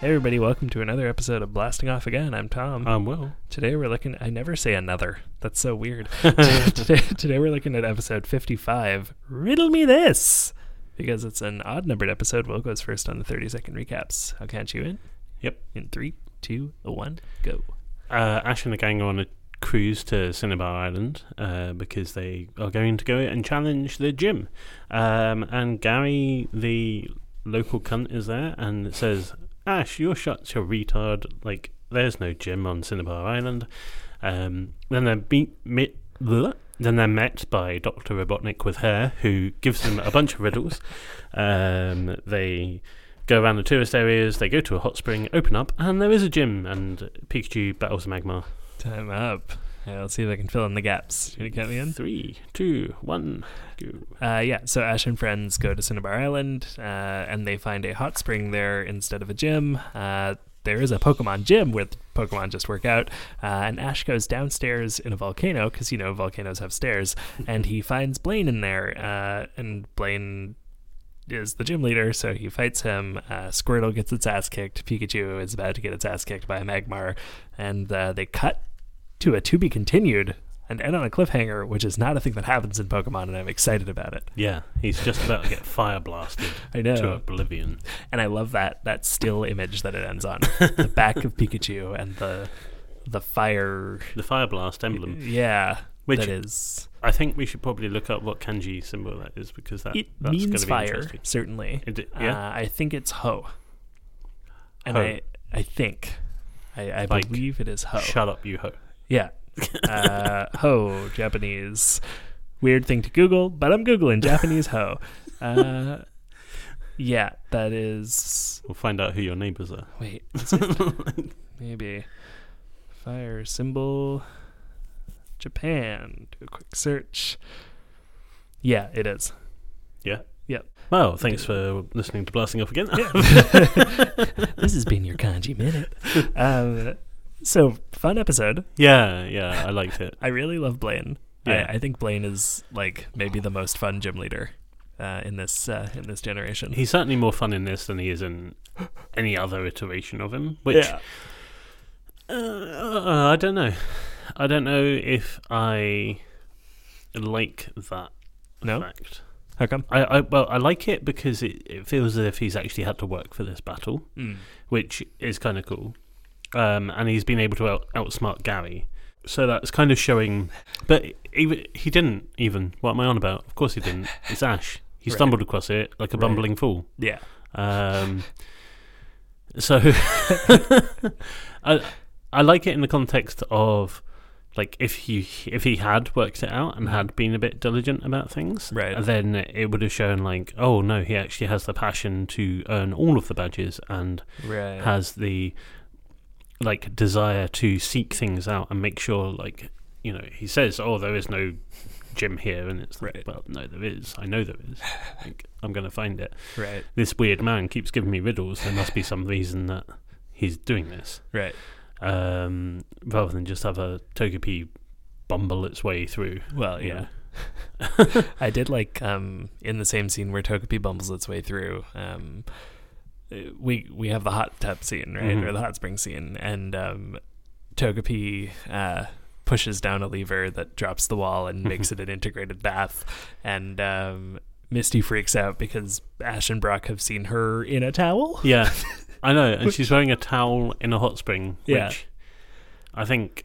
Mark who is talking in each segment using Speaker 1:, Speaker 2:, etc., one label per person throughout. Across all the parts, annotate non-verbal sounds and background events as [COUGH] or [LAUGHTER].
Speaker 1: Hey everybody, welcome to another episode of Blasting Off Again. I'm Tom.
Speaker 2: Um, well,
Speaker 1: today we're looking I never say another. That's so weird. today, today we're looking at episode 55, Riddle Me This, because it's an odd numbered episode. We'll go first on the 30 second recaps. I'll count you in.
Speaker 2: Yep.
Speaker 1: In three, two, one, go.
Speaker 2: uh, Ash and the gang are on a cruise to Cinnabar Island uh, because they are going to go and challenge the gym. Um, and Gary, the local cunt, is there and says, Ash, you're such a retard. Like, there's no gym on Cinnabar Island. Um, then they're beat. Mit- bleh. then they're met by Dr. Robotnik with her, who gives them a bunch of riddles. Um, they go around the tourist areas, they go to a hot spring, open up, and there is a gym, and Pikachu battles the Magmar.
Speaker 1: Time up. Yeah, let's see if I can fill in the gaps. You gonna count me in?
Speaker 2: Three, two, one, go.
Speaker 1: Uh, yeah, so Ash and friends go to Cinnabar Island, uh, and they find a hot spring there instead of a gym. Uh, there is a Pokemon gym where the Pokemon just work out, uh, and Ash goes downstairs in a volcano because you know volcanoes have stairs, and he finds Blaine in there, uh, and Blaine is the gym leader, so he fights him. Uh, Squirtle gets its ass kicked. Pikachu is about to get its ass kicked by a Magmar, and uh, they cut to a to be continued and end on a cliffhanger, which is not a thing that happens in Pokemon, and I'm excited about it.
Speaker 2: Yeah, he's just about to get
Speaker 1: [LAUGHS]
Speaker 2: fire blasted
Speaker 1: I
Speaker 2: to
Speaker 1: know,
Speaker 2: oblivion.
Speaker 1: and I love that that still image that it ends
Speaker 2: [LAUGHS]
Speaker 1: on the back of Pikachu and the the fire.
Speaker 2: The fire blast emblem.
Speaker 1: Yeah,
Speaker 2: Which-
Speaker 1: that is
Speaker 2: I think we should probably look up what kanji symbol that is because that
Speaker 1: it
Speaker 2: that's gonna
Speaker 1: means
Speaker 2: be
Speaker 1: fire
Speaker 2: interesting.
Speaker 1: certainly.
Speaker 2: It d- yeah?
Speaker 1: uh, I think it's Ho, and
Speaker 2: Ho.
Speaker 1: I I think I, I
Speaker 2: Like,
Speaker 1: believe it is Ho.
Speaker 2: Shut up, you ho.
Speaker 1: Yeah. Uh, ho, Japanese. Weird thing to Google, but I'm Googling Japanese ho. Uh, yeah, that is.
Speaker 2: We'll find out who your neighbours are.
Speaker 1: Wait. is it- maybe. Fire symbol. Japan. Do a quick search. Yeah, it is.
Speaker 2: Yeah.
Speaker 1: Yep.
Speaker 2: Well, thanks for listening to Blasting Off again. [LAUGHS]
Speaker 1: [LAUGHS] This has been your kanji minute. Um, so, fun episode.
Speaker 2: yeah, yeah, I liked it.
Speaker 1: I really love Blaine.
Speaker 2: Yeah.
Speaker 1: I, I think Blaine is like maybe the most fun gym leader uh, in this uh, in this generation.
Speaker 2: He's certainly more fun in this than he is in any other iteration of him. Which uh, uh, I don't know. I don't know if I like that
Speaker 1: No?
Speaker 2: fact.
Speaker 1: How come?
Speaker 2: I, I well, I like it because it, it feels as if he's actually had to work for this battle,
Speaker 1: Mm.
Speaker 2: which is kind of cool. Um, and he's been able to out, outsmart Gary, so that's kind of showing. But even he didn't even. What am I on about? Of course he didn't. It's Ash. He
Speaker 1: Right.
Speaker 2: stumbled across it like a
Speaker 1: Right.
Speaker 2: bumbling fool.
Speaker 1: Yeah.
Speaker 2: Um, so [LAUGHS] I I like it in the context of like if he if he had worked it out and had been a bit diligent about things,
Speaker 1: Right.
Speaker 2: Then it would have shown like, oh no, he actually has the passion to earn all of the badges and
Speaker 1: Right.
Speaker 2: has the like desire to seek things out and make sure like you know he says oh there is no gym here and it's
Speaker 1: Right.
Speaker 2: like well no there is i know there is like, i'm going to find it
Speaker 1: right.
Speaker 2: this weird man keeps giving me riddles. There must be some reason that he's doing this,
Speaker 1: Right.
Speaker 2: um, rather than just have a Togepi bumble its way through.
Speaker 1: Well,
Speaker 2: you
Speaker 1: yeah.
Speaker 2: know.
Speaker 1: I did like um, in the same scene where Togepi bumbles its way through. Um, uh, we we have the hot tub scene, right,
Speaker 2: Mhm.
Speaker 1: or the hot spring scene, and um, Togepi uh, pushes down a lever that drops the wall and makes it an integrated bath, and um, Misty freaks out because Ash and Brock have seen her in a towel.
Speaker 2: [LAUGHS] yeah, I know. And she's wearing a towel in a hot spring,
Speaker 1: Yeah.
Speaker 2: which I think.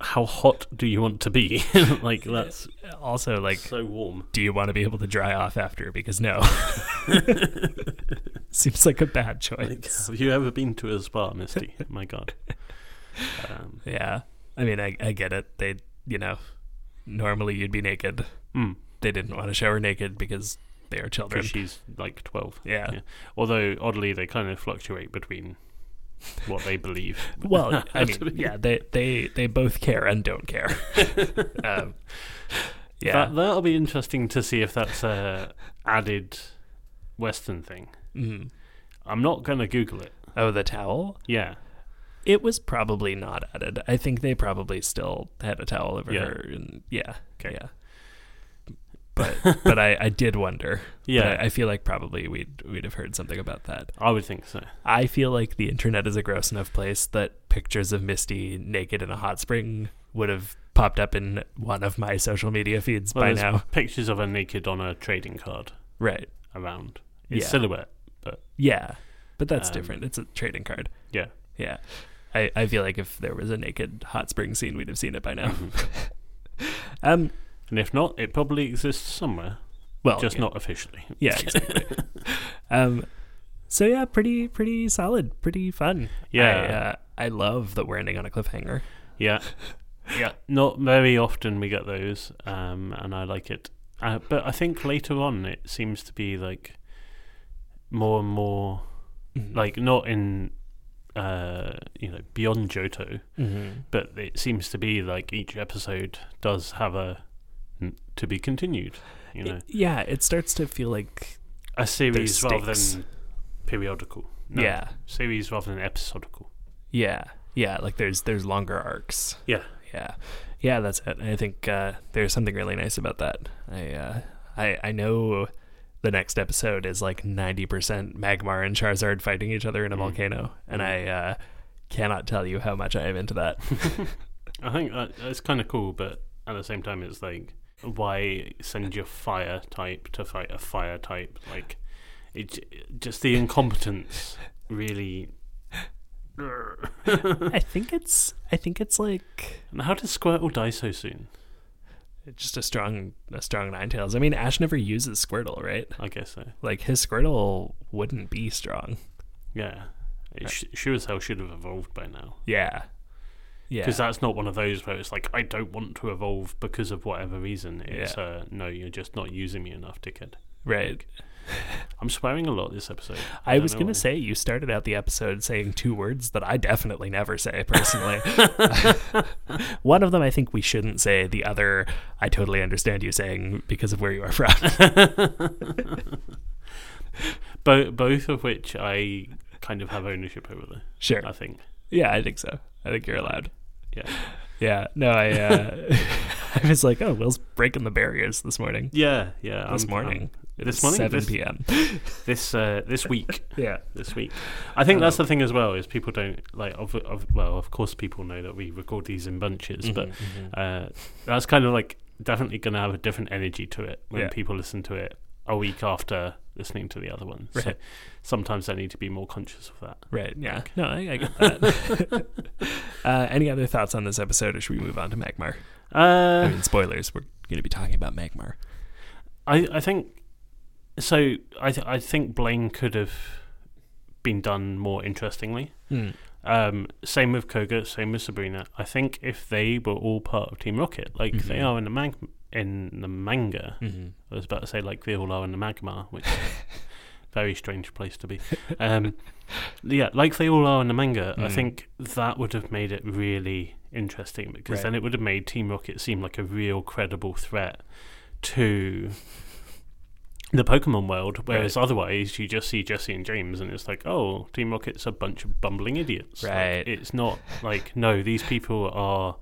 Speaker 2: How hot do you want to be? [LAUGHS] like that's
Speaker 1: Also, like,
Speaker 2: so warm.
Speaker 1: do you want to be able to dry off after? Because no, [LAUGHS] seems like a bad choice.
Speaker 2: Like, have you ever been to a spa, [LAUGHS] Misty? My God. Um,
Speaker 1: Yeah. I mean, I, I get it. They, you know, normally you'd be naked.
Speaker 2: mm,
Speaker 1: They didn't want to shower naked because they are children.
Speaker 2: 'cause she's like twelve.
Speaker 1: yeah.
Speaker 2: yeah. Although oddly, they kind of fluctuate between what they [LAUGHS] believe.
Speaker 1: Well, I mean,
Speaker 2: Absolutely.
Speaker 1: yeah, they, they, they both care and don't
Speaker 2: [LAUGHS]
Speaker 1: care. um, yeah.
Speaker 2: That, that'll be interesting to see if that's a added Western thing.
Speaker 1: Mhm.
Speaker 2: I'm not going to Google it.
Speaker 1: Oh, the towel?
Speaker 2: Yeah.
Speaker 1: It was probably not added. I think they probably still had a towel over
Speaker 2: Yeah.
Speaker 1: her. And yeah.
Speaker 2: Okay.
Speaker 1: Yeah. but but I, I did wonder.
Speaker 2: [LAUGHS] Yeah.
Speaker 1: But I, I feel like probably we'd we'd have heard something about that.
Speaker 2: I would think so.
Speaker 1: I feel like the internet is a gross enough place that pictures of Misty naked in a hot spring would have popped up in one of my social media feeds
Speaker 2: Well,
Speaker 1: by
Speaker 2: there's
Speaker 1: now.
Speaker 2: Pictures of her naked on a trading card
Speaker 1: Right.
Speaker 2: around. It's
Speaker 1: Yeah.
Speaker 2: silhouette.
Speaker 1: Yeah. But that's
Speaker 2: Um,
Speaker 1: different. It's a trading card.
Speaker 2: Yeah.
Speaker 1: Yeah. I, I feel like if there was a naked hot spring scene, we'd have seen it by
Speaker 2: [LAUGHS]
Speaker 1: now. um,
Speaker 2: And if not, it probably exists somewhere,
Speaker 1: well,
Speaker 2: just
Speaker 1: yeah.
Speaker 2: not officially.
Speaker 1: Yeah, exactly.
Speaker 2: [LAUGHS]
Speaker 1: um, so yeah, pretty pretty solid, pretty fun.
Speaker 2: Yeah.
Speaker 1: I, uh, I love that we're ending on a cliffhanger.
Speaker 2: Yeah. Yeah. Not very often we get those, um, and I like it. Uh, but I think later on it seems to be like more and more,
Speaker 1: Mm-hmm.
Speaker 2: like not in, uh, you know, beyond Johto,
Speaker 1: Mm-hmm.
Speaker 2: but it seems to be like each episode does have a n- to be continued, you know,
Speaker 1: yeah, it starts to feel like
Speaker 2: a series rather than
Speaker 1: stakes.
Speaker 2: periodical. No,
Speaker 1: yeah,
Speaker 2: Series rather than episodical.
Speaker 1: yeah, yeah. Like there's there's longer arcs.
Speaker 2: Yeah.
Speaker 1: Yeah, yeah, that's it. I think uh, there's something really nice about that. I uh, I I know the next episode is like 90% Magmar and Charizard fighting each other in a
Speaker 2: Mm.
Speaker 1: volcano, and I uh, cannot tell you how much I am into
Speaker 2: [LAUGHS]
Speaker 1: that.
Speaker 2: I think that, that's kind of cool, but at the same time, it's like, why send your fire type to fight a fire type? Like, it j- just the incompetence really. [LAUGHS] and
Speaker 1: I think it's I think it's like
Speaker 2: how does Squirtle die so soon?
Speaker 1: just a strong a strong nine tails. I mean, Ash never uses Squirtle, right?
Speaker 2: I guess so.
Speaker 1: Like his Squirtle wouldn't be strong.
Speaker 2: Yeah. It sh- sure as hell should have evolved by now.
Speaker 1: Yeah, yeah,
Speaker 2: Because that's not one of those where it's like, I don't want to evolve because of whatever reason. It's, uh, no, you're just not using me enough, dickhead.
Speaker 1: right.
Speaker 2: I'm swearing a lot this episode.
Speaker 1: I
Speaker 2: don't
Speaker 1: was
Speaker 2: know
Speaker 1: gonna
Speaker 2: why.
Speaker 1: say you started out the episode saying two words that I definitely never say personally. [LAUGHS] One of them I think we shouldn't say. The other I totally understand you saying because of where you are from. [LAUGHS]
Speaker 2: [LAUGHS] Bo- both of which I kind of have ownership over,
Speaker 1: sure.
Speaker 2: though, I think.
Speaker 1: Yeah, I think so. I think you're allowed.
Speaker 2: Yeah.
Speaker 1: Yeah. No, I. Uh, [LAUGHS] I was like, oh, Will's breaking the barriers this morning.
Speaker 2: Yeah, yeah.
Speaker 1: This
Speaker 2: I'm-
Speaker 1: morning.
Speaker 2: I'm- this morning?
Speaker 1: Seven
Speaker 2: this, [LAUGHS]
Speaker 1: p.m.
Speaker 2: This, uh, this
Speaker 1: [LAUGHS]
Speaker 2: week.
Speaker 1: Yeah.
Speaker 2: This week. I think that's the thing as well, is people don't, like, of, of, well, of course people know that we record these in bunches,
Speaker 1: Mm-hmm,
Speaker 2: but uh, that's kind of like definitely going to have a different energy to it when
Speaker 1: Yeah.
Speaker 2: people listen to it a week after listening to the other one. So
Speaker 1: Right.
Speaker 2: sometimes I need to be more conscious of that.
Speaker 1: Right. Yeah. No, I, I get that. [LAUGHS] uh, any other thoughts on this episode, or should we move on to Magmar?
Speaker 2: Uh,
Speaker 1: I mean, spoilers. We're going to be talking about Magmar.
Speaker 2: I, I think so. I th- I think Blaine could have been done more interestingly.
Speaker 1: Hmm,
Speaker 2: Um, same with Koga, same with Sabrina. I think if they were all part of Team Rocket, like they
Speaker 1: Mhm.
Speaker 2: are in the mag in the manga,
Speaker 1: Mm-hmm.
Speaker 2: I was about to say like they all are in the magma,
Speaker 1: [LAUGHS]
Speaker 2: which is a very strange place to be. Um, yeah, like they all are in the manga. I
Speaker 1: Mm.
Speaker 2: think that would have made it really interesting because
Speaker 1: Right.
Speaker 2: then it would have made Team Rocket seem like a real credible threat to the Pokemon world. Whereas otherwise, you just see Jesse and James, and it's like, oh, Team Rocket's a bunch of bumbling idiots. Like,
Speaker 1: Right.
Speaker 2: it's not like no, these people are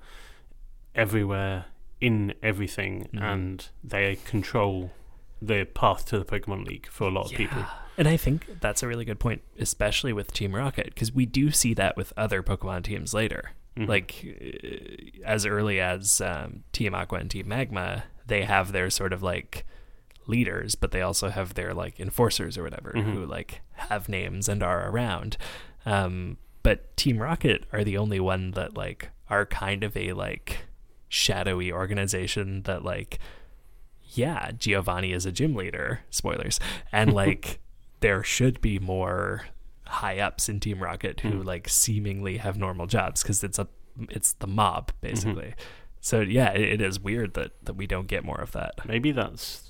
Speaker 2: everywhere in everything
Speaker 1: Mhm.
Speaker 2: and they control the path to the Pokemon League for a lot of people.
Speaker 1: And I think that's a really good point, especially with Team Rocket, because we do see that with other Pokemon teams later.
Speaker 2: Mhm.
Speaker 1: Like uh, as early as um, Team Aqua and Team Magma, they have their sort of like leaders, but they also have their like enforcers or whatever who like have names and are around. Um, but Team Rocket are the only one that like are kind of a like shadowy organization that like yeah, Giovanni is a gym leader, spoilers. And like there should be more high ups in Team Rocket who like seemingly have normal jobs cuz it's a it's the mob basically.
Speaker 2: Mm-hmm.
Speaker 1: So yeah, it, it is weird that that we don't get more of that.
Speaker 2: Maybe that's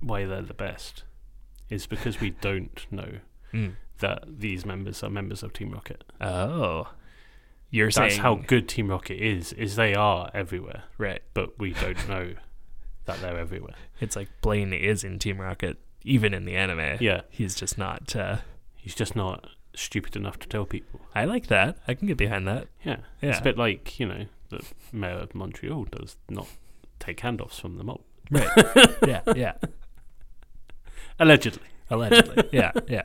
Speaker 2: why they're the best, is because we don't know
Speaker 1: Mm.
Speaker 2: that these members are members of Team Rocket.
Speaker 1: Oh. You're
Speaker 2: That's
Speaker 1: saying
Speaker 2: how good Team Rocket is, is they are everywhere,
Speaker 1: right.
Speaker 2: but we don't [LAUGHS] know that they're everywhere.
Speaker 1: It's like Blaine is in Team Rocket even in the anime.
Speaker 2: Yeah.
Speaker 1: He's just not uh
Speaker 2: He's just not stupid enough to tell people.
Speaker 1: I like that. I can get behind that.
Speaker 2: Yeah. It's
Speaker 1: Yeah.
Speaker 2: a bit like, you know, the mayor of Montreal does not take handoffs from the mob.
Speaker 1: Right. yeah.
Speaker 2: [LAUGHS]
Speaker 1: Yeah.
Speaker 2: allegedly,
Speaker 1: Allegedly. Yeah. Yeah.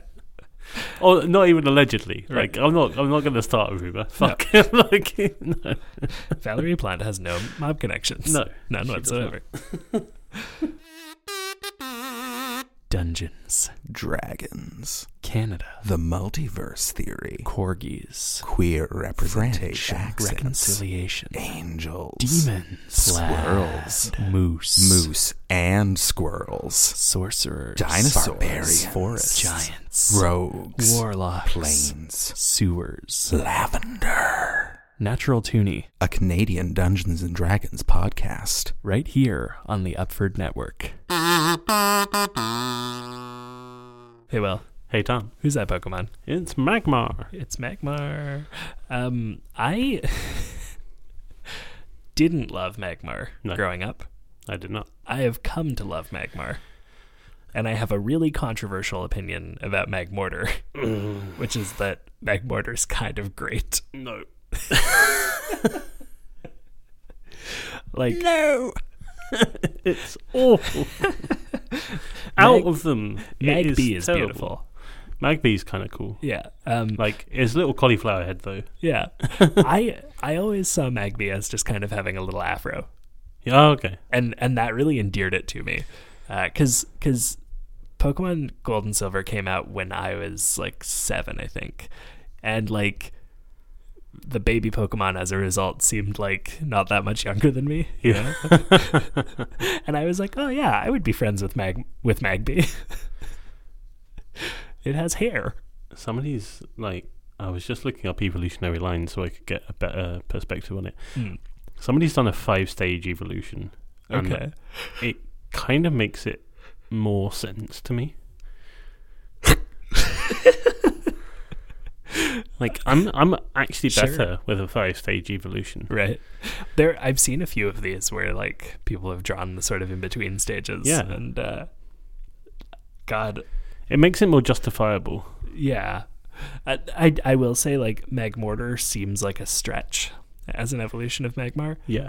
Speaker 2: or Oh, not even allegedly.
Speaker 1: Right.
Speaker 2: Like I'm not, I'm not going to start with Uber. Fuck, [LAUGHS] like no,
Speaker 1: Valerie Plant has no mob connections.
Speaker 2: no,
Speaker 1: None
Speaker 2: She does not.
Speaker 1: whatsoever.
Speaker 2: [LAUGHS]
Speaker 1: Dungeons.
Speaker 3: Dragons.
Speaker 1: Canada.
Speaker 3: The multiverse theory.
Speaker 1: Corgis.
Speaker 3: Queer representation.
Speaker 1: French.
Speaker 3: accents,
Speaker 1: Reconciliation.
Speaker 3: Angels.
Speaker 1: Demons.
Speaker 3: Squirrels.
Speaker 1: Plaid. Moose.
Speaker 3: Moose and squirrels.
Speaker 1: Sorcerers.
Speaker 3: Dinosaurs.
Speaker 1: barbarians,
Speaker 3: Forests.
Speaker 1: Giants.
Speaker 3: Rogues.
Speaker 1: Warlocks.
Speaker 3: Plains.
Speaker 1: Sewers.
Speaker 3: Lavender.
Speaker 1: Natural Toonie.
Speaker 3: A Canadian Dungeons and Dragons podcast.
Speaker 1: Right here on the Upford Network. Hey, well,
Speaker 2: Hey Tom,
Speaker 1: who's that Pokemon?
Speaker 2: it's Magmar.
Speaker 1: It's Magmar. Um, I [LAUGHS] didn't love Magmar
Speaker 2: No.
Speaker 1: growing up.
Speaker 2: I did not.
Speaker 1: I have come to love Magmar. And I have a really controversial opinion about Magmortar,
Speaker 2: Mm.
Speaker 1: which is that Magmortar's kind of great.
Speaker 2: No.
Speaker 1: Like,
Speaker 3: No!
Speaker 2: It's awful.
Speaker 1: [LAUGHS]
Speaker 2: Out of them, it
Speaker 1: Magby is,
Speaker 2: terrible.
Speaker 1: beautiful.
Speaker 2: Magby's kind of cool.
Speaker 1: Yeah. Um,
Speaker 2: Like his little cauliflower head, though.
Speaker 1: yeah.
Speaker 2: [LAUGHS]
Speaker 1: I I always saw Magby as just kind of having a little afro.
Speaker 2: Yeah, oh, okay.
Speaker 1: and and that really endeared it to me because because pokemon gold and silver came out when i was like seven i think and like the baby pokemon as a result seemed like not that much younger than me you
Speaker 2: [LAUGHS]
Speaker 1: know? and i was like oh yeah i would be friends with mag with magby [LAUGHS] it has hair
Speaker 2: Somebody's like, I was just looking up evolutionary lines so I could get a better perspective on it.
Speaker 1: Hmm.
Speaker 2: Somebody's done a five-stage evolution. and
Speaker 1: okay
Speaker 2: it kind of makes it more sense
Speaker 1: [LAUGHS]
Speaker 2: to me. like I'm, I'm actually
Speaker 1: Sure.
Speaker 2: better with a five-stage evolution.
Speaker 1: right there i've seen a few of these where like people have drawn the sort of in between stages
Speaker 2: Yeah.
Speaker 1: and uh god
Speaker 2: It makes it more justifiable.
Speaker 1: Yeah, I, I I will say like Magmortar seems like a stretch as an evolution of Magmar. [COUGHS]
Speaker 2: Yeah.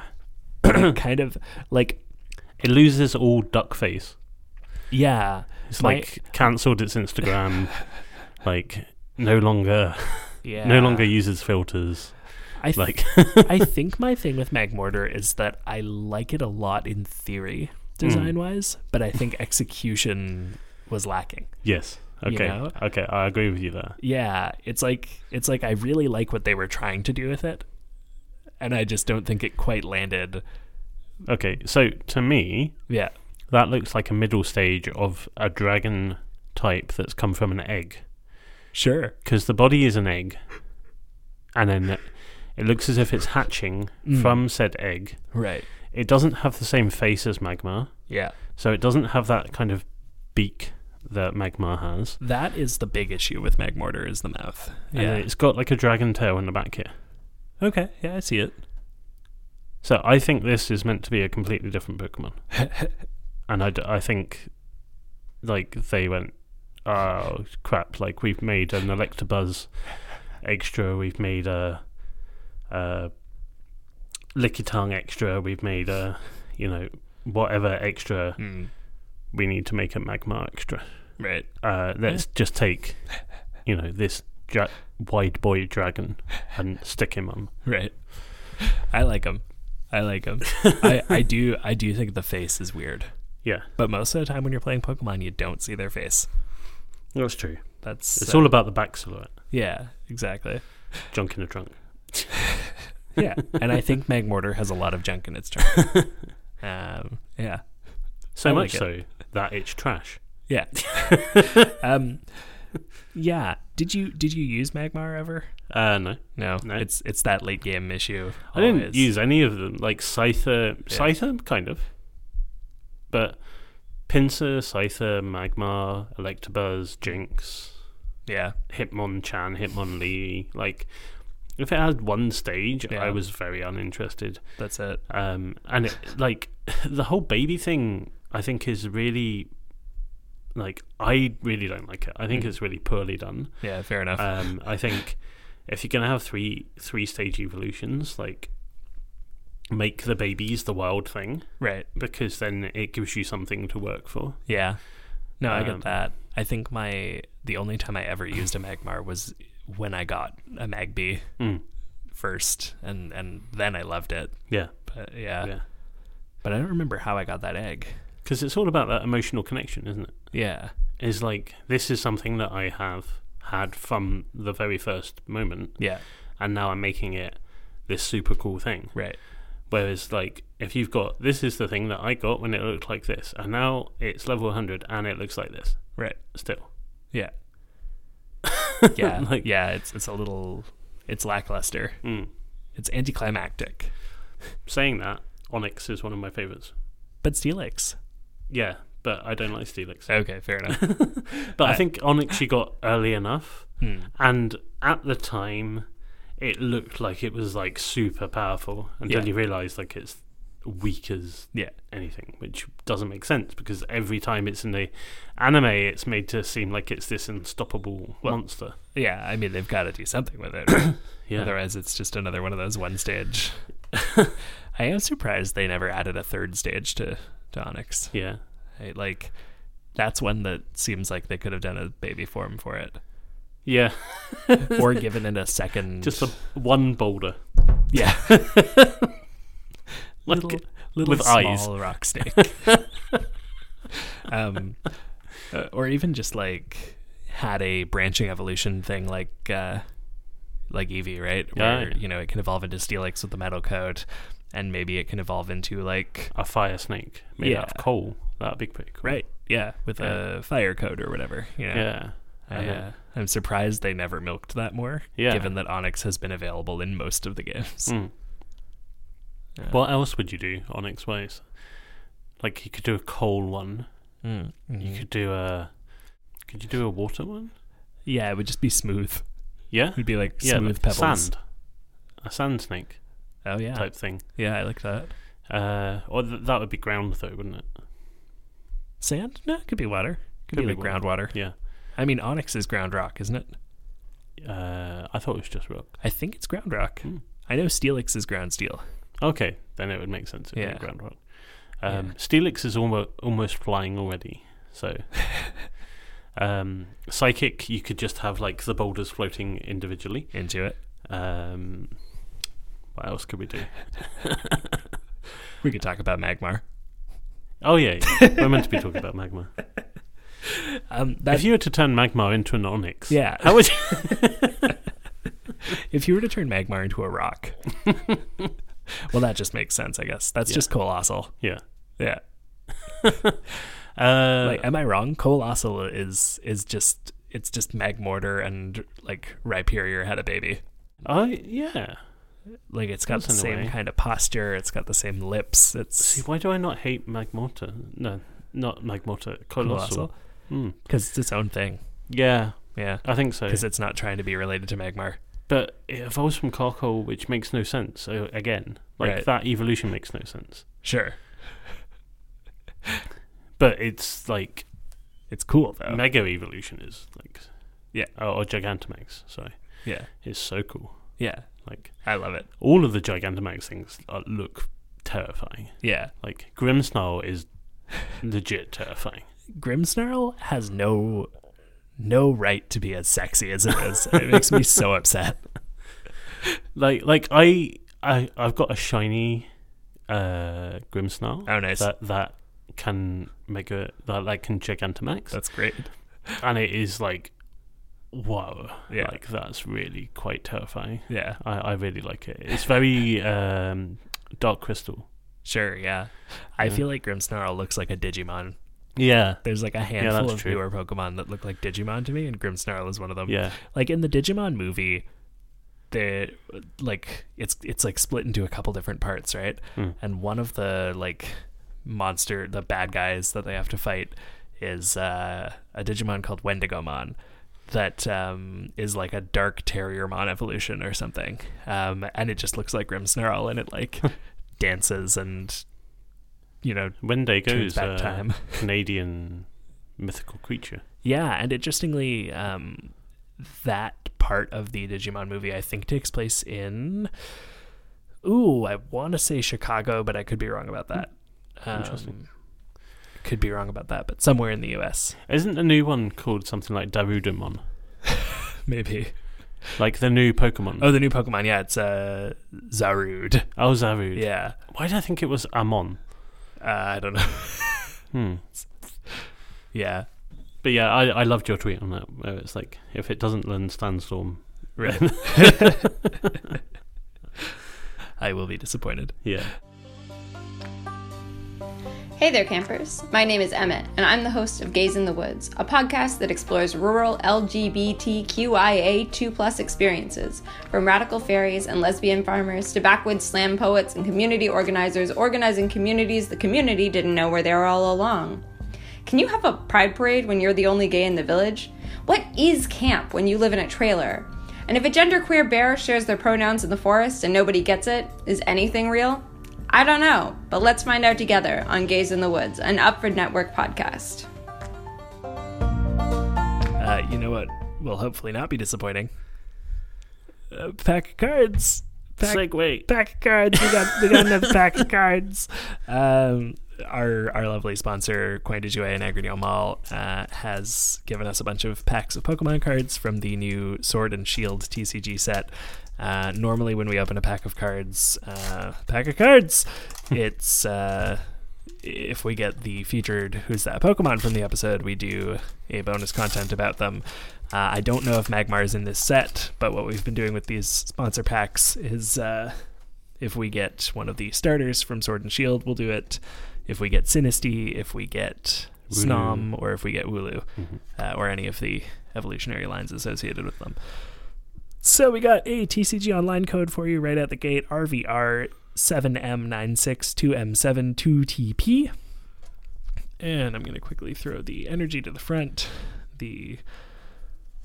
Speaker 1: kind of like
Speaker 2: It loses all duck face.
Speaker 1: yeah,
Speaker 2: It's
Speaker 1: My-
Speaker 2: like cancelled its
Speaker 1: [LAUGHS]
Speaker 2: Instagram. like no longer,
Speaker 1: yeah.
Speaker 2: no longer uses filters.
Speaker 1: I th-
Speaker 2: Like [LAUGHS]
Speaker 1: I think my thing with Magmortar is that I like it a lot in theory, design wise, but I think execution was lacking.
Speaker 2: yes,
Speaker 1: You
Speaker 2: okay,
Speaker 1: know?
Speaker 2: okay, I agree with you there.
Speaker 1: Yeah, it's like it's like I really like what they were trying to do with it, and I just don't think it quite landed.
Speaker 2: Okay, so to me,
Speaker 1: Yeah.
Speaker 2: that looks like a middle stage of a dragon type that's come from an egg
Speaker 1: Sure.
Speaker 2: because the body is an egg, and then it, it looks as if it's hatching from said egg.
Speaker 1: Right.
Speaker 2: It doesn't have the same face as magma.
Speaker 1: Yeah.
Speaker 2: So it doesn't have that kind of beak that Magmar has.
Speaker 1: That is the big issue with Magmortar is the mouth.
Speaker 2: And then it's got like a dragon tail in the back here.
Speaker 1: Okay. Yeah, I see it.
Speaker 2: So I think this is meant to be a completely different [LAUGHS] Pokemon. and I, d- I think, like, they went, oh, crap, like, we've made an Electabuzz extra, we've made a, a Lickitung extra, we've made a, you know, whatever extra we need to make a Magmar extra.
Speaker 1: Right.
Speaker 2: uh, [LAUGHS] let's just take, you know, this dra- wide boy dragon and stick him on.
Speaker 1: Right. I like him. I like
Speaker 2: [LAUGHS]
Speaker 1: him. I, I do. I do think the face is weird.
Speaker 2: Yeah,
Speaker 1: But most of the time when you're playing Pokemon, you don't see their face.
Speaker 2: that's true.
Speaker 1: That's
Speaker 2: It's
Speaker 1: uh,
Speaker 2: all about the back silhouette,
Speaker 1: yeah, exactly.
Speaker 2: junk in the trunk.
Speaker 1: Yeah, and I think Magmortar has a lot of junk in its trunk.
Speaker 2: [LAUGHS]
Speaker 1: um, yeah.
Speaker 2: So
Speaker 1: I
Speaker 2: much
Speaker 1: like
Speaker 2: so that it's trash. [LAUGHS]
Speaker 1: Yeah. um, yeah. Did you did you use Magmar ever?
Speaker 2: Uh, no,
Speaker 1: No.
Speaker 2: No.
Speaker 1: It's it's that late game issue.
Speaker 2: I didn't
Speaker 1: always.
Speaker 2: use any of them. Like Scyther, Scyther, kind of, but Pinsir, Scyther, Magmar, Electabuzz, Jinx,
Speaker 1: Yeah.
Speaker 2: Hitmonchan, Hitmonlee. Like, if it had one stage,
Speaker 1: Yeah.
Speaker 2: I was very uninterested.
Speaker 1: That's it.
Speaker 2: um, and it, like [LAUGHS] the whole baby thing i think is really like i really don't like it i think
Speaker 1: Hmm.
Speaker 2: it's really poorly done
Speaker 1: Yeah. Fair enough.
Speaker 2: Uh, um, i think if you're going to have three three stage evolutions like make the babies the wild thing
Speaker 1: Right.
Speaker 2: because then it gives you something to work for.
Speaker 1: Yeah. No, I
Speaker 2: Um,
Speaker 1: get that. I think my the only time I ever used a Magmar was when I got a Magby
Speaker 2: Mm.
Speaker 1: first, and and then I loved it.
Speaker 2: Yeah,
Speaker 1: But yeah.
Speaker 2: yeah.
Speaker 1: But I don't remember how I got that egg.
Speaker 2: Because it's all about that emotional connection, isn't it?
Speaker 1: Yeah.
Speaker 2: Is like this is something that I have had from the very first moment,
Speaker 1: Yeah.
Speaker 2: and now I'm making it this super cool thing.
Speaker 1: Right.
Speaker 2: Whereas, like, if you've got this is the thing that I got when it looked like this, and now it's level 100 and it looks like this
Speaker 1: Right.
Speaker 2: still. [LAUGHS]
Speaker 1: Yeah. yeah.
Speaker 2: Like-
Speaker 1: yeah. It's it's a little it's lackluster.
Speaker 2: Mm.
Speaker 1: It's anticlimactic.
Speaker 2: Saying that, Onyx is one of my favorites.
Speaker 1: But Steelix.
Speaker 2: Yeah, but I don't like Steelix.
Speaker 1: Okay. Fair enough.
Speaker 2: [LAUGHS] But I,
Speaker 1: I-
Speaker 2: think Onyx you got early enough,
Speaker 1: Hmm.
Speaker 2: and at the time, it looked like it was like super powerful until
Speaker 1: Yeah.
Speaker 2: you realise like it's weak as
Speaker 1: Yeah.
Speaker 2: anything, which doesn't make sense because every time it's in the anime, it's made to seem like it's this unstoppable
Speaker 1: Well,
Speaker 2: monster.
Speaker 1: Yeah. I mean, they've got to do something with
Speaker 2: [COUGHS]
Speaker 1: it. right?
Speaker 2: Yeah,
Speaker 1: Otherwise, it's just another one of those one stage. [LAUGHS] I am surprised they never added a third stage to, to Onyx.
Speaker 2: yeah.
Speaker 1: I- like, that's one that seems like they could have done a baby form for it,
Speaker 2: Yeah,
Speaker 1: [LAUGHS] or given it a second.
Speaker 2: just a one boulder,
Speaker 1: [LAUGHS] yeah,
Speaker 2: like
Speaker 1: little, little
Speaker 2: with
Speaker 1: small [LAUGHS]
Speaker 2: eyes.
Speaker 1: rock snake. um, uh, or even just like had a branching evolution thing, like uh, like Eevee, right?
Speaker 2: Yeah,
Speaker 1: Where
Speaker 2: yeah.
Speaker 1: you know it can evolve into Steelix with the metal coat, and maybe it can evolve into like
Speaker 2: a fire snake made out
Speaker 1: Yeah.
Speaker 2: of coal. That'd be pretty cool.
Speaker 1: Right. Yeah, with a fire code or whatever. You know?
Speaker 2: Yeah. uh-huh.
Speaker 1: I, uh, I'm surprised they never milked that more.
Speaker 2: Yeah.
Speaker 1: Given that Onyx has been available in most of the games.
Speaker 2: Mm.
Speaker 1: Yeah.
Speaker 2: What else would you do Onyx Ways? Like you could do a coal one.
Speaker 1: Mm,
Speaker 2: You
Speaker 1: mhm.
Speaker 2: could do a. Could you do a water one?
Speaker 1: Yeah, it would just be smooth.
Speaker 2: Yeah.
Speaker 1: It would be like
Speaker 2: yeah.
Speaker 1: smooth
Speaker 2: like
Speaker 1: Mm. pebbles.
Speaker 2: Sand. A sand snake
Speaker 1: Oh yeah.
Speaker 2: type thing.
Speaker 1: Yeah, I like that.
Speaker 2: Uh, or th- that would be ground though, wouldn't it?
Speaker 1: Sand? No, it could be water. Could,
Speaker 2: Could
Speaker 1: be,
Speaker 2: be
Speaker 1: like groundwater.
Speaker 2: Yeah.
Speaker 1: I mean, Onyx is ground rock, isn't it?
Speaker 2: Uh, I thought it was just rock.
Speaker 1: I think it's ground rock.
Speaker 2: Hmm.
Speaker 1: I know Steelix is ground steel.
Speaker 2: Okay, then it would make sense. It would be
Speaker 1: Yeah.
Speaker 2: ground rock. Um,
Speaker 1: Yeah.
Speaker 2: Steelix is almost almost flying already.
Speaker 1: [LAUGHS]
Speaker 2: So, um, psychic, you could just have like the boulders floating individually.
Speaker 1: Into it.
Speaker 2: Um, what else could we do?
Speaker 1: We could talk about Magmar.
Speaker 2: Oh yeah, yeah. we're meant to be talking about magma.
Speaker 1: [LAUGHS] Um,
Speaker 2: if
Speaker 1: that,
Speaker 2: you were to turn magma into an onyx,
Speaker 1: yeah.
Speaker 2: how would you? [LAUGHS]
Speaker 1: If you were to turn Magmar into a
Speaker 2: [LAUGHS]
Speaker 1: rock, well, that just makes sense, I guess. That's
Speaker 2: Yeah.
Speaker 1: just colossal.
Speaker 2: yeah.
Speaker 1: Yeah.
Speaker 2: Uh,
Speaker 1: Like, um, am I wrong? Colossal is is just it's just Magmortar and like Rhyperior had a baby.
Speaker 2: I yeah.
Speaker 1: Like, it's got the
Speaker 2: Close in a
Speaker 1: same
Speaker 2: way.
Speaker 1: kind of posture. It's got the same lips.
Speaker 2: See,
Speaker 1: It's
Speaker 2: why do I not hate magmata? No, not magmata. Colossal.
Speaker 1: colossal
Speaker 2: Mm.
Speaker 1: because it's its own thing.
Speaker 2: Yeah,
Speaker 1: Yeah,
Speaker 2: I think so.
Speaker 1: because it's not trying to be related to Magmar.
Speaker 2: But it evolves from Carcoal, which makes no sense. So again, like
Speaker 1: Right.
Speaker 2: that evolution makes no sense.
Speaker 1: Sure,
Speaker 2: But it's like
Speaker 1: it's cool though.
Speaker 2: mega evolution is like
Speaker 1: Oh. Yeah.
Speaker 2: or, or Gigantamax. Sorry,
Speaker 1: yeah,
Speaker 2: it's so cool.
Speaker 1: yeah,
Speaker 2: Like
Speaker 1: I love it.
Speaker 2: all of the Gigantamax things uh, look terrifying.
Speaker 1: Yeah,
Speaker 2: Like Grimmsnarl is legit terrifying.
Speaker 1: Grimmsnarl has no no right to be as sexy as it is. it makes me
Speaker 2: [LAUGHS]
Speaker 1: so upset.
Speaker 2: Like like I I I've got a shiny uh Grimmsnarl
Speaker 1: Oh, nice.
Speaker 2: that that can make a that like can Gigantamax
Speaker 1: That's great.
Speaker 2: and it is like whoa
Speaker 1: Yeah.
Speaker 2: like that's really quite terrifying.
Speaker 1: Yeah,
Speaker 2: I I really like it. It's
Speaker 1: [LAUGHS]
Speaker 2: very um dark crystal.
Speaker 1: sure. Yeah, I
Speaker 2: Yeah.
Speaker 1: feel like Grimmsnarl looks like a Digimon.
Speaker 2: Yeah.
Speaker 1: There's like a handful
Speaker 2: that's
Speaker 1: of
Speaker 2: true.
Speaker 1: newer Pokemon that look like Digimon to me, and Grimmsnarl is one of them.
Speaker 2: Yeah.
Speaker 1: Like in the Digimon movie, they like it's it's like split into a couple different parts, right?
Speaker 2: Mm.
Speaker 1: And one of the like monster, the bad guys that they have to fight is uh, a Digimon called Wendigomon that um, is like a dark Terriermon evolution or something, um, and it just looks like Grimmsnarl, and it like dances and you know
Speaker 2: Wendigo
Speaker 1: turns
Speaker 2: is
Speaker 1: back
Speaker 2: a
Speaker 1: time. [LAUGHS]
Speaker 2: Canadian mythical creature.
Speaker 1: Yeah, and interestingly, um, that part of the Digimon movie I think takes place in ooh, I want to say Chicago, but I could be wrong about that. Um,
Speaker 2: Interesting.
Speaker 1: Could be wrong about that, but somewhere in the U.S.
Speaker 2: Isn't a new one called something like Darudamon?
Speaker 1: [LAUGHS] maybe.
Speaker 2: Like the new Pokemon.
Speaker 1: Oh, the new Pokemon. Yeah, it's uh, Zarud.
Speaker 2: Oh, Zarud.
Speaker 1: Yeah,
Speaker 2: Why did I think it was Amon?
Speaker 1: uh, I don't know. [LAUGHS]
Speaker 2: Hmm.
Speaker 1: yeah, [LAUGHS]
Speaker 2: But yeah, I, I loved your tweet on that, where it's like, if it doesn't learn Sandstorm.
Speaker 1: really. I will be disappointed.
Speaker 2: [LAUGHS] Yeah.
Speaker 4: Hey there, campers. My name is Emmett, and I'm the host of Gaze in the Woods, a podcast that explores rural LGBTQIA2 experiences, from radical fairies and lesbian farmers to backwoods slam poets and community organizers organizing communities the community didn't know were there all along. Can you have a pride parade when you're the only gay in the village? What is camp when you live in a trailer? And if a genderqueer bear shares their pronouns in the forest and nobody gets it, is anything real? I don't know, but let's find out together on Gaze in the Woods, an Upford Network podcast.
Speaker 1: Uh, you know what will hopefully not be disappointing? Uh, pack of cards. Pack,
Speaker 2: Segway.
Speaker 1: pack of cards. We got we got another pack of cards. Um, our our lovely sponsor Coin de Jouer and Agrignon Mall uh, has given us a bunch of packs of Pokemon cards from the new Sword and Shield TCG set. Uh, normally, when we open a pack of cards, uh, pack of cards, it's. Uh, if we get the featured Who's That Pokemon from the episode, we do a bonus content about them. Uh, I don't know if Magmar is in this set, but what we've been doing with these sponsor packs is uh, if we get one of the starters from Sword and Shield, we'll do it. If we get Sinisty, if we get
Speaker 2: Wooloo.
Speaker 1: Snom, or if we get Wooloo, uh, or any of the evolutionary lines associated with them. So we got a TCG online code for you right out the gate RVR 7M962M72TP. And I'm going to quickly throw the energy to the front, the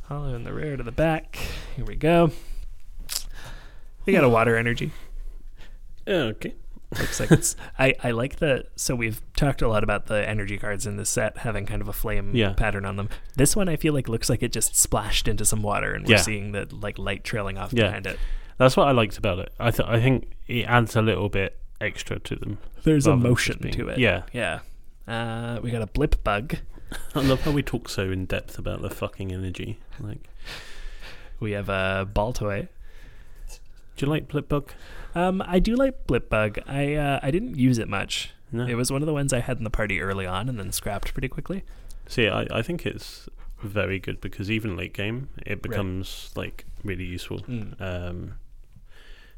Speaker 1: hollow and the rare to the back. Here we go. We got a water energy.
Speaker 2: Okay.
Speaker 1: Looks like
Speaker 2: [LAUGHS]
Speaker 1: it's. I, I like the. So we've talked a lot about the energy cards in this set having kind of a flame
Speaker 2: Yeah.
Speaker 1: pattern on them. This one I feel like looks like it just splashed into some water, and we're
Speaker 2: Yeah.
Speaker 1: seeing the like light trailing off
Speaker 2: Yeah.
Speaker 1: behind it.
Speaker 2: That's what I liked about it. I th- I think it adds a little bit extra to them.
Speaker 1: There's
Speaker 2: rather than
Speaker 1: emotion
Speaker 2: just being-
Speaker 1: to it.
Speaker 2: Yeah.
Speaker 1: Yeah. Uh, we got a blip bug.
Speaker 2: [LAUGHS] I love how we talk so in depth about the fucking energy. Like,
Speaker 1: We have a ball toy.
Speaker 2: do you like Blipbug?
Speaker 1: Um, I do like blip bug. I uh, I didn't use it much.
Speaker 2: No.
Speaker 1: It was one of the ones I had in the party early on and then scrapped pretty quickly.
Speaker 2: See, I, I think it's very good because even late game, it becomes like really useful,
Speaker 1: Hmm.
Speaker 2: um,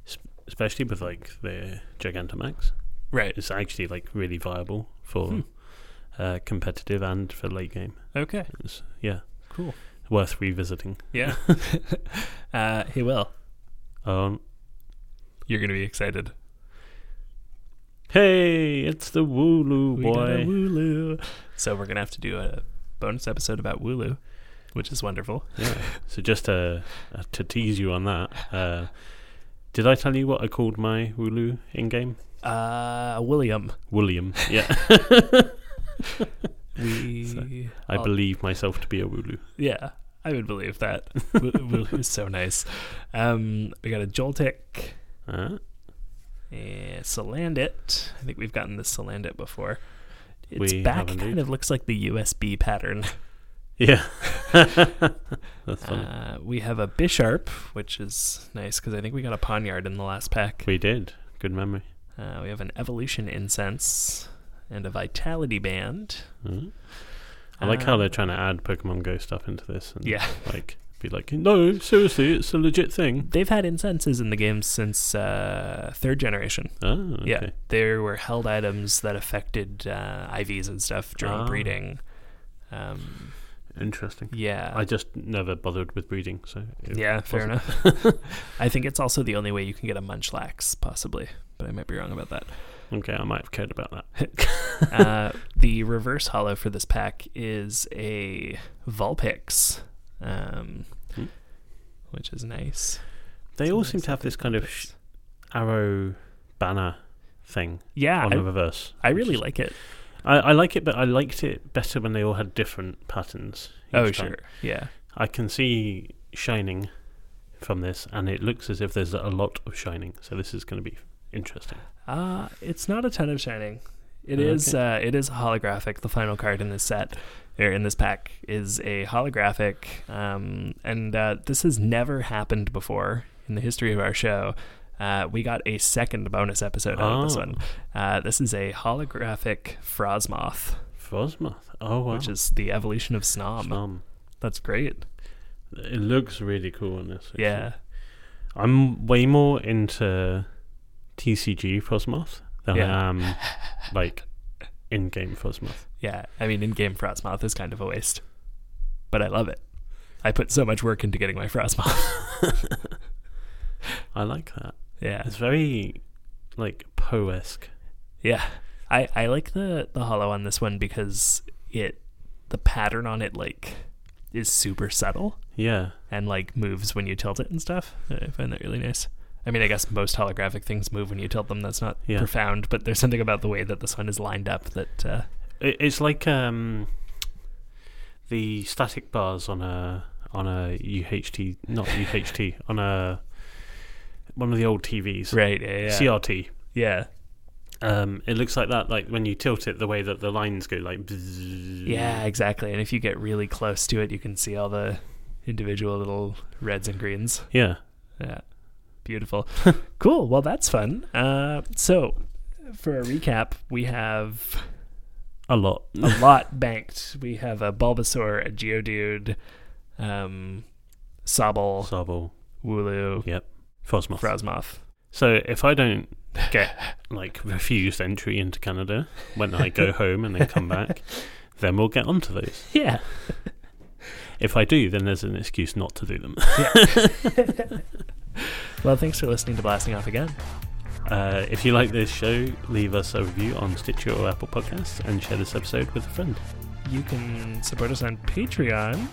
Speaker 2: s- especially with like the Gigantamax.
Speaker 1: Right.
Speaker 2: It's actually like really viable for
Speaker 1: Hmm.
Speaker 2: uh, competitive and for late game.
Speaker 1: Okay.
Speaker 2: It's, yeah,
Speaker 1: Cool.
Speaker 2: worth revisiting.
Speaker 1: Yeah. [LAUGHS] uh, hey, Will,
Speaker 2: Um,
Speaker 1: you're gonna be excited.
Speaker 2: hey, it's the Wooloo
Speaker 1: We got a
Speaker 2: boy.
Speaker 1: Wooloo. So we're gonna have to do a bonus episode about Wooloo, which is wonderful.
Speaker 2: Yeah. so just uh, uh, to tease you on that, uh, did I tell you what I called my Wooloo in game?
Speaker 1: Uh, William,
Speaker 2: William. Yeah. [LAUGHS]
Speaker 1: [LAUGHS] we,
Speaker 2: I
Speaker 1: I'll-
Speaker 2: believe myself to be a
Speaker 1: [LAUGHS]
Speaker 2: Wooloo.
Speaker 1: yeah, I would believe [LAUGHS] that. Wo- Wooloo is so nice. Um, we got a Joltik,
Speaker 2: Uh,
Speaker 1: a Solandit. Eh, I think we've gotten this Solandit before. Its
Speaker 2: We
Speaker 1: back
Speaker 2: have indeed.
Speaker 1: kind of looks like the USB pattern.
Speaker 2: yeah. [LAUGHS] That's funny.
Speaker 1: Uh, we have a Bisharp, which is nice because I think we got a Poniard in the last pack.
Speaker 2: we did. Good memory.
Speaker 1: Uh, we have an evolution incense and a vitality band.
Speaker 2: Uh, I like how
Speaker 1: Um,
Speaker 2: they're trying to add Pokemon Go stuff into this. And
Speaker 1: Yeah,
Speaker 2: [LAUGHS] Like, be like, no, seriously, it's a legit thing.
Speaker 1: they've had incenses in the game since uh, third generation.
Speaker 2: Oh, okay.
Speaker 1: Yeah, there were held items that affected uh, IVs and stuff during
Speaker 2: Ah.
Speaker 1: breeding. Um,
Speaker 2: Interesting.
Speaker 1: yeah,
Speaker 2: I just never bothered with breeding, so it
Speaker 1: yeah, fair
Speaker 2: wasn't-
Speaker 1: enough.
Speaker 2: [LAUGHS]
Speaker 1: [LAUGHS] I think it's also the only way you can get a Munchlax, possibly, but I might be wrong about that.
Speaker 2: Okay, I might have cared about that.
Speaker 1: uh, the reverse hollow for this pack is a Vulpix, um,
Speaker 2: Hmm.
Speaker 1: which is nice.
Speaker 2: [LAUGHS] They
Speaker 1: It's a
Speaker 2: all
Speaker 1: nice
Speaker 2: seem to have
Speaker 1: looking
Speaker 2: this kind of sh-
Speaker 1: Vulpix.
Speaker 2: arrow banner thing
Speaker 1: yeah.
Speaker 2: on the
Speaker 1: Ah, I,
Speaker 2: reverse.
Speaker 1: I
Speaker 2: which
Speaker 1: really
Speaker 2: is-
Speaker 1: like it.
Speaker 2: I, I like it, but I liked it better when they all had different patterns.
Speaker 1: Oh
Speaker 2: each time.
Speaker 1: sure, yeah,
Speaker 2: I can see shining from this, and it looks as if there's a lot of shining. So this is going to be interesting.
Speaker 1: Uh, it's not a ton of shining. It is uh, it is holographic. The final card in this set or in this pack is a holographic, um, and uh, this has never happened before in the history of our show. Uh, we got a second bonus episode out of this
Speaker 2: Oh.
Speaker 1: one. Uh, this is a holographic Frozmoth,
Speaker 2: Frostmoth. Oh wow.
Speaker 1: which is the evolution of Snom.
Speaker 2: Um,
Speaker 1: That's great.
Speaker 2: it looks really cool in this. actually.
Speaker 1: Yeah.
Speaker 2: I'm way more into TCG Frostmoth than
Speaker 1: Yeah.
Speaker 2: I am
Speaker 1: [LAUGHS]
Speaker 2: like in-game Frostmoth.
Speaker 1: Yeah, I mean, in-game Frostmoth is kind of a waste, but I love it. I put so much work into getting my Frostmoth. [LAUGHS]
Speaker 2: I like that.
Speaker 1: yeah,
Speaker 2: It's very like Poe-esque.
Speaker 1: yeah. I, I like the the hollow on this one because it the pattern on it like is super subtle
Speaker 2: Yeah.
Speaker 1: and like moves when you tilt it and stuff. I find that really nice. I mean, I guess most holographic things move when you tilt them. That's not
Speaker 2: Yeah.
Speaker 1: profound, but there's something about the way that this one is lined up that uh,
Speaker 2: It, it's like um, the static bars on a on a UHT, not UHT, on a one of the old TVs,
Speaker 1: right. Yeah, yeah,
Speaker 2: CRT.
Speaker 1: yeah,
Speaker 2: Um, it looks like that, like when you tilt it, the way that the lines go, like bzzz.
Speaker 1: yeah, exactly. And if you get really close to it, you can see all the individual little reds and greens.
Speaker 2: yeah.
Speaker 1: Yeah. Beautiful. cool. Well, that's fun. Uh, so, for a recap, we have
Speaker 2: A lot.
Speaker 1: a lot banked. We have a Bulbasaur, a Geodude, um, Sobble,
Speaker 2: Sobble.
Speaker 1: Wooloo,
Speaker 2: Yep. Frostmoth.
Speaker 1: Frozmoth.
Speaker 2: So if I don't get like refused entry into Canada when I go home and then come back, then we'll get onto those.
Speaker 1: Yeah.
Speaker 2: If I do, then there's an excuse not to do them. [LAUGHS]
Speaker 1: Well, thanks for listening to Blasting Off again.
Speaker 2: Uh, if you like this show, leave us a review on Stitcher or Apple Podcasts and share this episode with a friend.
Speaker 1: You can support us on Patreon.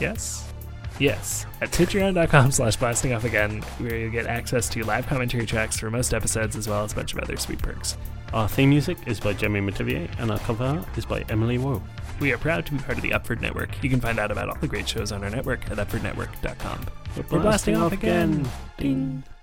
Speaker 1: Yes. Yes. At patreon.com slash blasting off again, where you'll get access to live commentary tracks for most episodes as well as a bunch of other sweet perks.
Speaker 2: Our theme music is by Jeremy Mativier and our cover art is by Emily Worrell.
Speaker 1: We are proud to be part of the Upford Network. You can find out about all the great shows on our network at upfordnetwork.com.
Speaker 2: We're
Speaker 1: blasting off again.
Speaker 2: Ding.